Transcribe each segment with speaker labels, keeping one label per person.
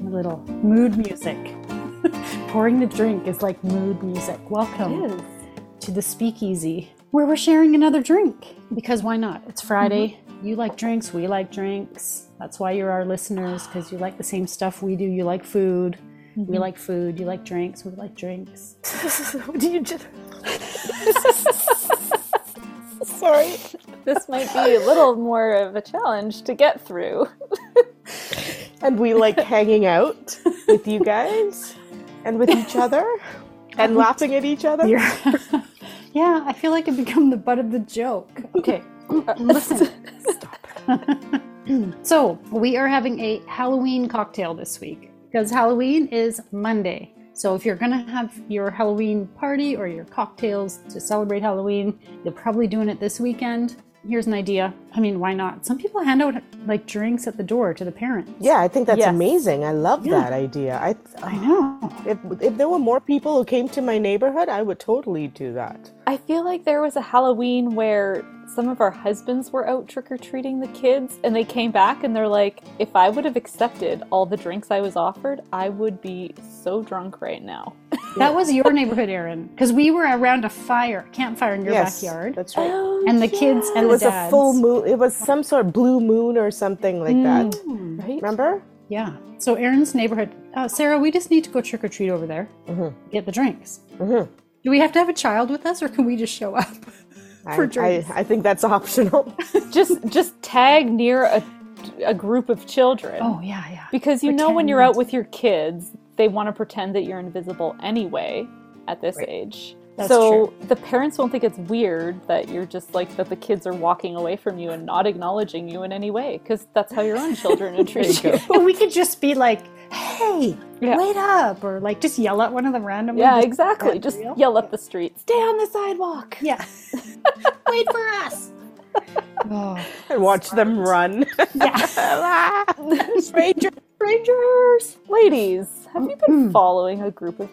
Speaker 1: little mood music. Pouring the drink is like mood music. Welcome
Speaker 2: It is.
Speaker 1: to the speakeasy where we're sharing another drink because why not? It's Friday.
Speaker 2: Mm-hmm.
Speaker 1: You like drinks, we like drinks. That's why you're our listeners because you like the same stuff we do. You like food,
Speaker 2: Mm-hmm.
Speaker 1: we like food, you like drinks, we like drinks.
Speaker 2: What do you just? Sorry. This might be a little more of a challenge to get through.
Speaker 3: and we like hanging out with you guys and with each other
Speaker 1: Um,
Speaker 3: and laughing at each other.
Speaker 1: You're- yeah, I feel like I become the butt of the joke. Uh, Okay,
Speaker 3: uh,
Speaker 1: listen. so, we are having a Halloween cocktail this week because Halloween is Monday. So, if you're going to have your Halloween party or your cocktails to celebrate Halloween, you're probably doing it this weekend. Here's an idea. I mean, why not? Some people hand out like drinks at the door to the parents.
Speaker 3: Yeah, I think that's
Speaker 2: Yes.
Speaker 3: amazing. I love
Speaker 1: Yeah.
Speaker 3: that idea. I,
Speaker 1: I know.
Speaker 3: if if there were more people who came to my neighborhood, I would totally do that.
Speaker 2: I feel like there was a Halloween where some of our husbands were out trick or treating the kids, and they came back and they're like, if I would have accepted all the drinks I was offered, I would be so drunk right now.
Speaker 1: That was your neighborhood, Erin, because we were around a fire, campfire in your
Speaker 3: yes,
Speaker 1: backyard.
Speaker 3: That's right.
Speaker 2: Um,
Speaker 1: and the kids and
Speaker 3: it
Speaker 1: the
Speaker 3: was
Speaker 1: dads.
Speaker 3: a full moon. It was some sort of blue moon or something like that.
Speaker 1: Mm.
Speaker 2: right?
Speaker 3: Remember?
Speaker 1: Yeah. So Aaron's neighborhood. Uh, Sarah, we just need to go trick or treat over there.
Speaker 3: Mm-hmm.
Speaker 1: Get the drinks. Do we have to have a child with us, or can we just show up for
Speaker 3: I, I,
Speaker 1: drinks?
Speaker 3: I think that's optional.
Speaker 2: just just tag near a, a group of children.
Speaker 1: oh yeah, yeah.
Speaker 2: Because you know when you're out with your kids, they want to pretend that you're invisible anyway at this age.
Speaker 1: That's
Speaker 2: so the parents won't think it's weird that you're just like that the kids are walking away from you and not acknowledging you in any way because that's how your own children are treated. you.
Speaker 1: Well, we could just be like, "Hey,
Speaker 2: Yeah.
Speaker 1: wait up!" or like just yell at one of them randomly.
Speaker 2: Yeah,
Speaker 1: Just-
Speaker 2: exactly. Just
Speaker 1: real?
Speaker 2: yell up the street. Stay on the sidewalk.
Speaker 1: yeah. wait for us. Oh,
Speaker 3: and watch them run. Ah,
Speaker 1: yeah.
Speaker 3: Stranger.
Speaker 2: Strangers, ladies, have you
Speaker 1: Mm-hmm.
Speaker 2: been following a group of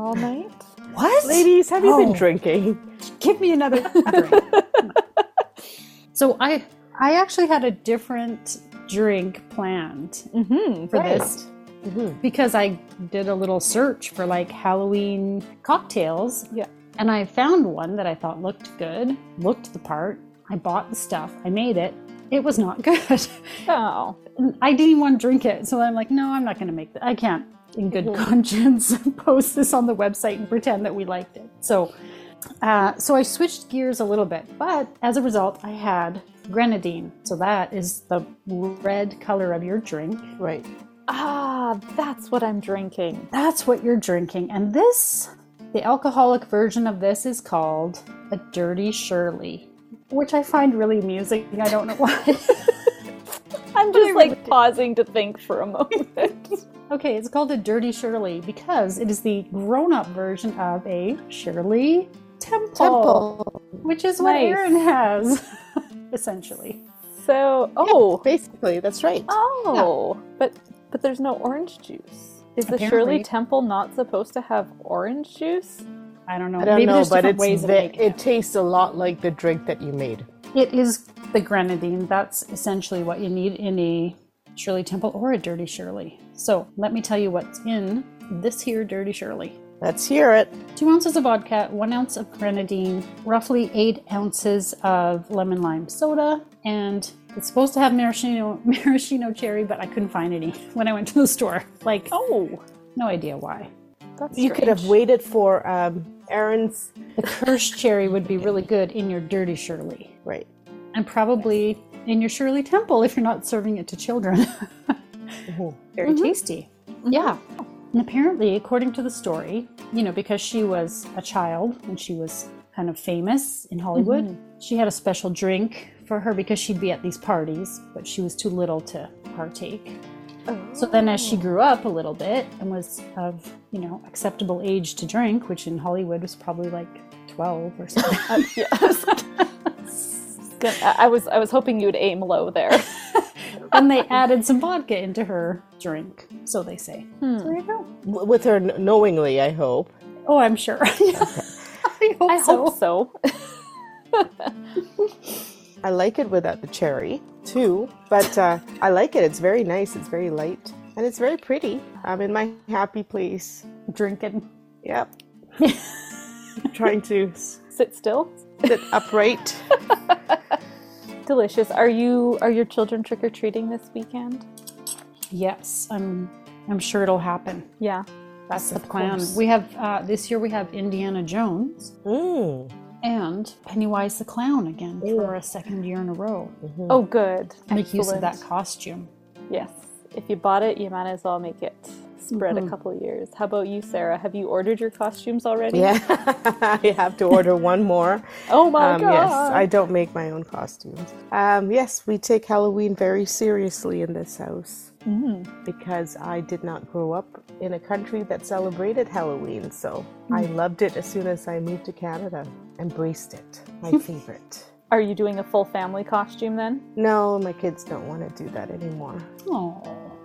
Speaker 2: all night?
Speaker 1: What?
Speaker 3: Ladies, have you been
Speaker 1: Oh.
Speaker 3: drinking?
Speaker 1: give me another drink. so I I actually had a different drink planned
Speaker 2: Mm-hmm.
Speaker 1: for
Speaker 3: Right.
Speaker 1: this because I did a little search for like Halloween cocktails.
Speaker 2: Yeah.
Speaker 1: And I found one that I thought looked good, looked the part. I bought the stuff, I made it. It was not good.
Speaker 2: Oh,
Speaker 1: I didn't even want to drink it. So I'm like, no, I'm not going to make that. I can't, in good conscience, post this on the website and pretend that we liked it. So, uh, so I switched gears a little bit, but as a result, I had grenadine. So that is the red color of your drink.
Speaker 3: Right.
Speaker 2: ah, that's what I'm drinking.
Speaker 1: That's what you're drinking. And this, the alcoholic version of this is called a Dirty Shirley, which I find really amusing. I don't know why.
Speaker 2: I'm just like pausing to think for a moment.
Speaker 1: Okay, it's called a Dirty Shirley because it is the grown up version of a Shirley Temple,
Speaker 3: Temple.
Speaker 1: which is what
Speaker 2: Nice.
Speaker 1: Aaron has, essentially.
Speaker 2: So, oh,
Speaker 3: Basically, that's right.
Speaker 2: oh, but but there's no orange juice. Is the
Speaker 1: Apparently.
Speaker 2: Shirley Temple not supposed to have orange juice?
Speaker 1: I don't know.
Speaker 3: I don't
Speaker 1: Maybe
Speaker 3: know,
Speaker 1: there's
Speaker 3: but
Speaker 1: different
Speaker 3: it's
Speaker 1: ways of
Speaker 3: ve-
Speaker 1: making
Speaker 3: it
Speaker 1: it.
Speaker 3: tastes a lot like the drink that you made.
Speaker 1: It is the grenadine. That's essentially what you need in a Shirley Temple or a Dirty Shirley. So let me tell you what's in this here Dirty Shirley.
Speaker 3: Let's hear it.
Speaker 1: Two ounces of vodka, one ounce of grenadine, roughly eight ounces of lemon lime soda, and it's supposed to have maraschino maraschino cherry, but I couldn't find any when I went to the store. Like,
Speaker 2: Oh,
Speaker 1: no idea why.
Speaker 2: that's
Speaker 3: You could have waited for um, Aaron's.
Speaker 1: The cursed cherry would be really good in your dirty Shirley,
Speaker 3: Right.
Speaker 1: and probably in your Shirley Temple if you're not serving it to children.
Speaker 3: mm-hmm,
Speaker 1: Very tasty. Yeah. Mm-hmm. And apparently, according to the story, you know, because she was a child and she was kind of famous in Hollywood, she had a special drink for her because she'd be at these parties, but she was too little to partake. So then, as she grew up a little bit and was of, you know, acceptable age to drink, which in Hollywood was probably like 12 or something. uh,
Speaker 2: yeah, I was gonna- I- I was I was hoping you would aim low there.
Speaker 1: and they added some vodka into her drink, so they say. So there you go.
Speaker 3: W- with her kn- knowingly, I hope.
Speaker 1: Oh, I'm sure. I hope
Speaker 2: I
Speaker 1: so.
Speaker 2: hope so.
Speaker 3: I like it without the cherry too, but uh, I like it. It's very nice. It's very light. and it's very pretty. I'm in my happy place.
Speaker 1: Drinking.
Speaker 3: Yep. Trying to
Speaker 2: Sit still.
Speaker 3: sit upright.
Speaker 2: Delicious. Are you are your children trick or treating this weekend?
Speaker 1: Yes, I'm. I'm sure it'll happen.
Speaker 2: Yeah.
Speaker 1: That's the plan.
Speaker 3: course.
Speaker 1: We have uh, this year. We have Indiana Jones
Speaker 3: Mm.
Speaker 1: and Pennywise the Clown again for a second year in a row.
Speaker 2: Oh, good.
Speaker 1: Make use of that
Speaker 2: Excellent.
Speaker 1: costume.
Speaker 2: Yes. If you bought it, you might as well make it spread a couple years. How about you, Sarah? Have you ordered your costumes already?
Speaker 3: Yeah, I have to order one more.
Speaker 2: Oh my
Speaker 3: um,
Speaker 2: god.
Speaker 3: yes, I don't make my own costumes. Um, yes, we take Halloween very seriously in this house Mm-hmm. because I did not grow up in a country that celebrated Halloween, so I loved it as soon as I moved to Canada. Embraced it, my favorite.
Speaker 2: Are you doing a full family costume then?
Speaker 3: No, my kids don't want to do that anymore.
Speaker 1: Oh,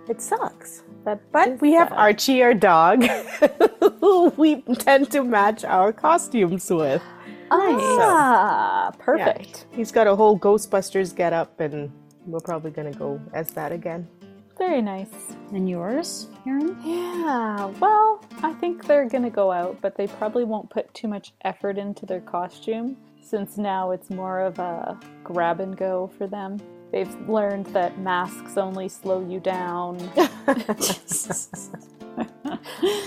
Speaker 3: It sucks.
Speaker 2: That is
Speaker 3: But we have
Speaker 2: sad.
Speaker 3: Archie, our dog, who we tend to match our costumes with.
Speaker 2: Ah,
Speaker 3: Yeah,
Speaker 2: perfect.
Speaker 3: He's got a whole Ghostbusters get up, and we're probably going to go as that again.
Speaker 2: Very nice.
Speaker 1: and yours, Erin?
Speaker 2: Yeah, well, I think they're gonna go out, but they probably won't put too much effort into their costume since now it's more of a grab and go for them. They've learned that masks only slow you down.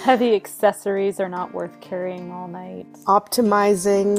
Speaker 2: Heavy accessories are not worth carrying all night.
Speaker 3: Optimizing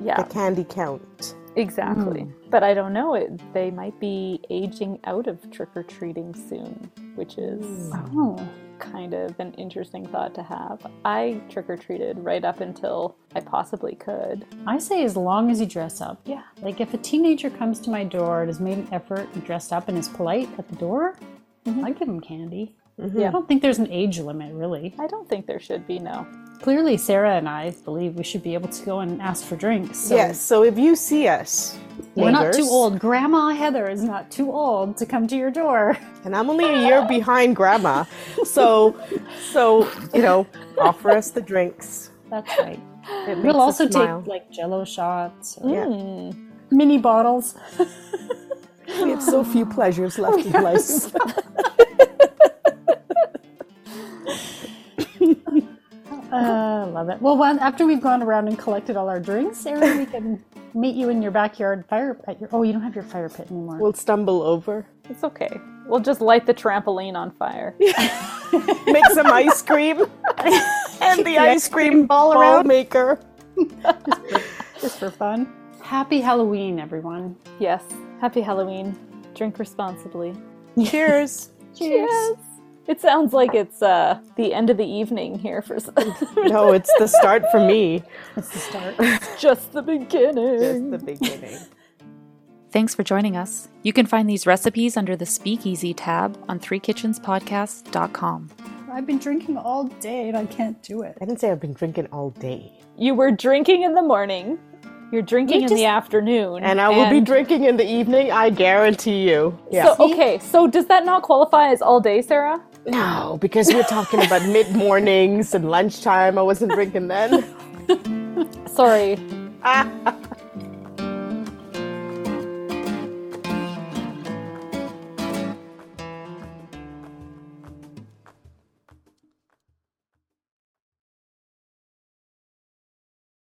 Speaker 3: the
Speaker 2: Yeah,
Speaker 3: candy count.
Speaker 2: exactly. But I don't know, it, they might be aging out of trick or treating soon, which is.
Speaker 1: Oh,
Speaker 2: kind of an interesting thought to have. I trick or treated right up until I possibly could.
Speaker 1: I say as long as you dress up.
Speaker 2: Yeah.
Speaker 1: Like if a teenager comes to my door and has made an effort and dressed up and is polite at the door, I give them candy. I
Speaker 2: Yeah.
Speaker 1: don't think there's an age limit, really.
Speaker 2: I don't think there should be no.
Speaker 1: Clearly, Sarah and I believe we should be able to go and ask for drinks. So
Speaker 3: yes, so if you see us,
Speaker 1: We're not too
Speaker 3: neighbors,
Speaker 1: old. Grandma Heather is not too old to come to your door.
Speaker 3: and I'm only a year behind Grandma, so so you know, offer us the drinks.
Speaker 1: That's right.
Speaker 3: It makes
Speaker 1: We'll
Speaker 3: us
Speaker 1: also
Speaker 3: smile.
Speaker 1: take like jello shots or
Speaker 3: Yeah.
Speaker 2: Mm.
Speaker 1: mini bottles.
Speaker 3: We have so few pleasures left in life.
Speaker 1: Uh, love it. Well, when, after we've gone around and collected all our drinks, Erin, we can meet you in your backyard fire at your, Oh, you don't have your fire pit anymore.
Speaker 3: We'll stumble over,
Speaker 2: It's okay. We'll just light the trampoline on fire.
Speaker 3: make some ice cream, and the ice cream ball, maker.
Speaker 1: just for fun. Happy Halloween, everyone.
Speaker 2: yes. Happy Halloween. Drink responsibly.
Speaker 3: Cheers.
Speaker 1: Cheers.
Speaker 2: It sounds like it's uh, the end of the evening here for s-
Speaker 3: No, it's the start for me.
Speaker 1: That's the start.
Speaker 2: just the beginning.
Speaker 3: Just the beginning.
Speaker 4: Thanks for joining us. You can find these recipes under the Speakeasy tab on threekitchenspodcast.com.
Speaker 1: I've been drinking all day and I can't do it.
Speaker 3: I didn't say I've been drinking all day.
Speaker 2: you were drinking in the morning. You're drinking in
Speaker 1: just-
Speaker 2: the afternoon.
Speaker 3: And I will be drinking in the evening, I guarantee you. Yeah.
Speaker 2: So, okay, so does that not qualify as all day, Sarah?
Speaker 3: no, because we're talking about mid mornings and lunchtime. I wasn't drinking then.
Speaker 2: Sorry.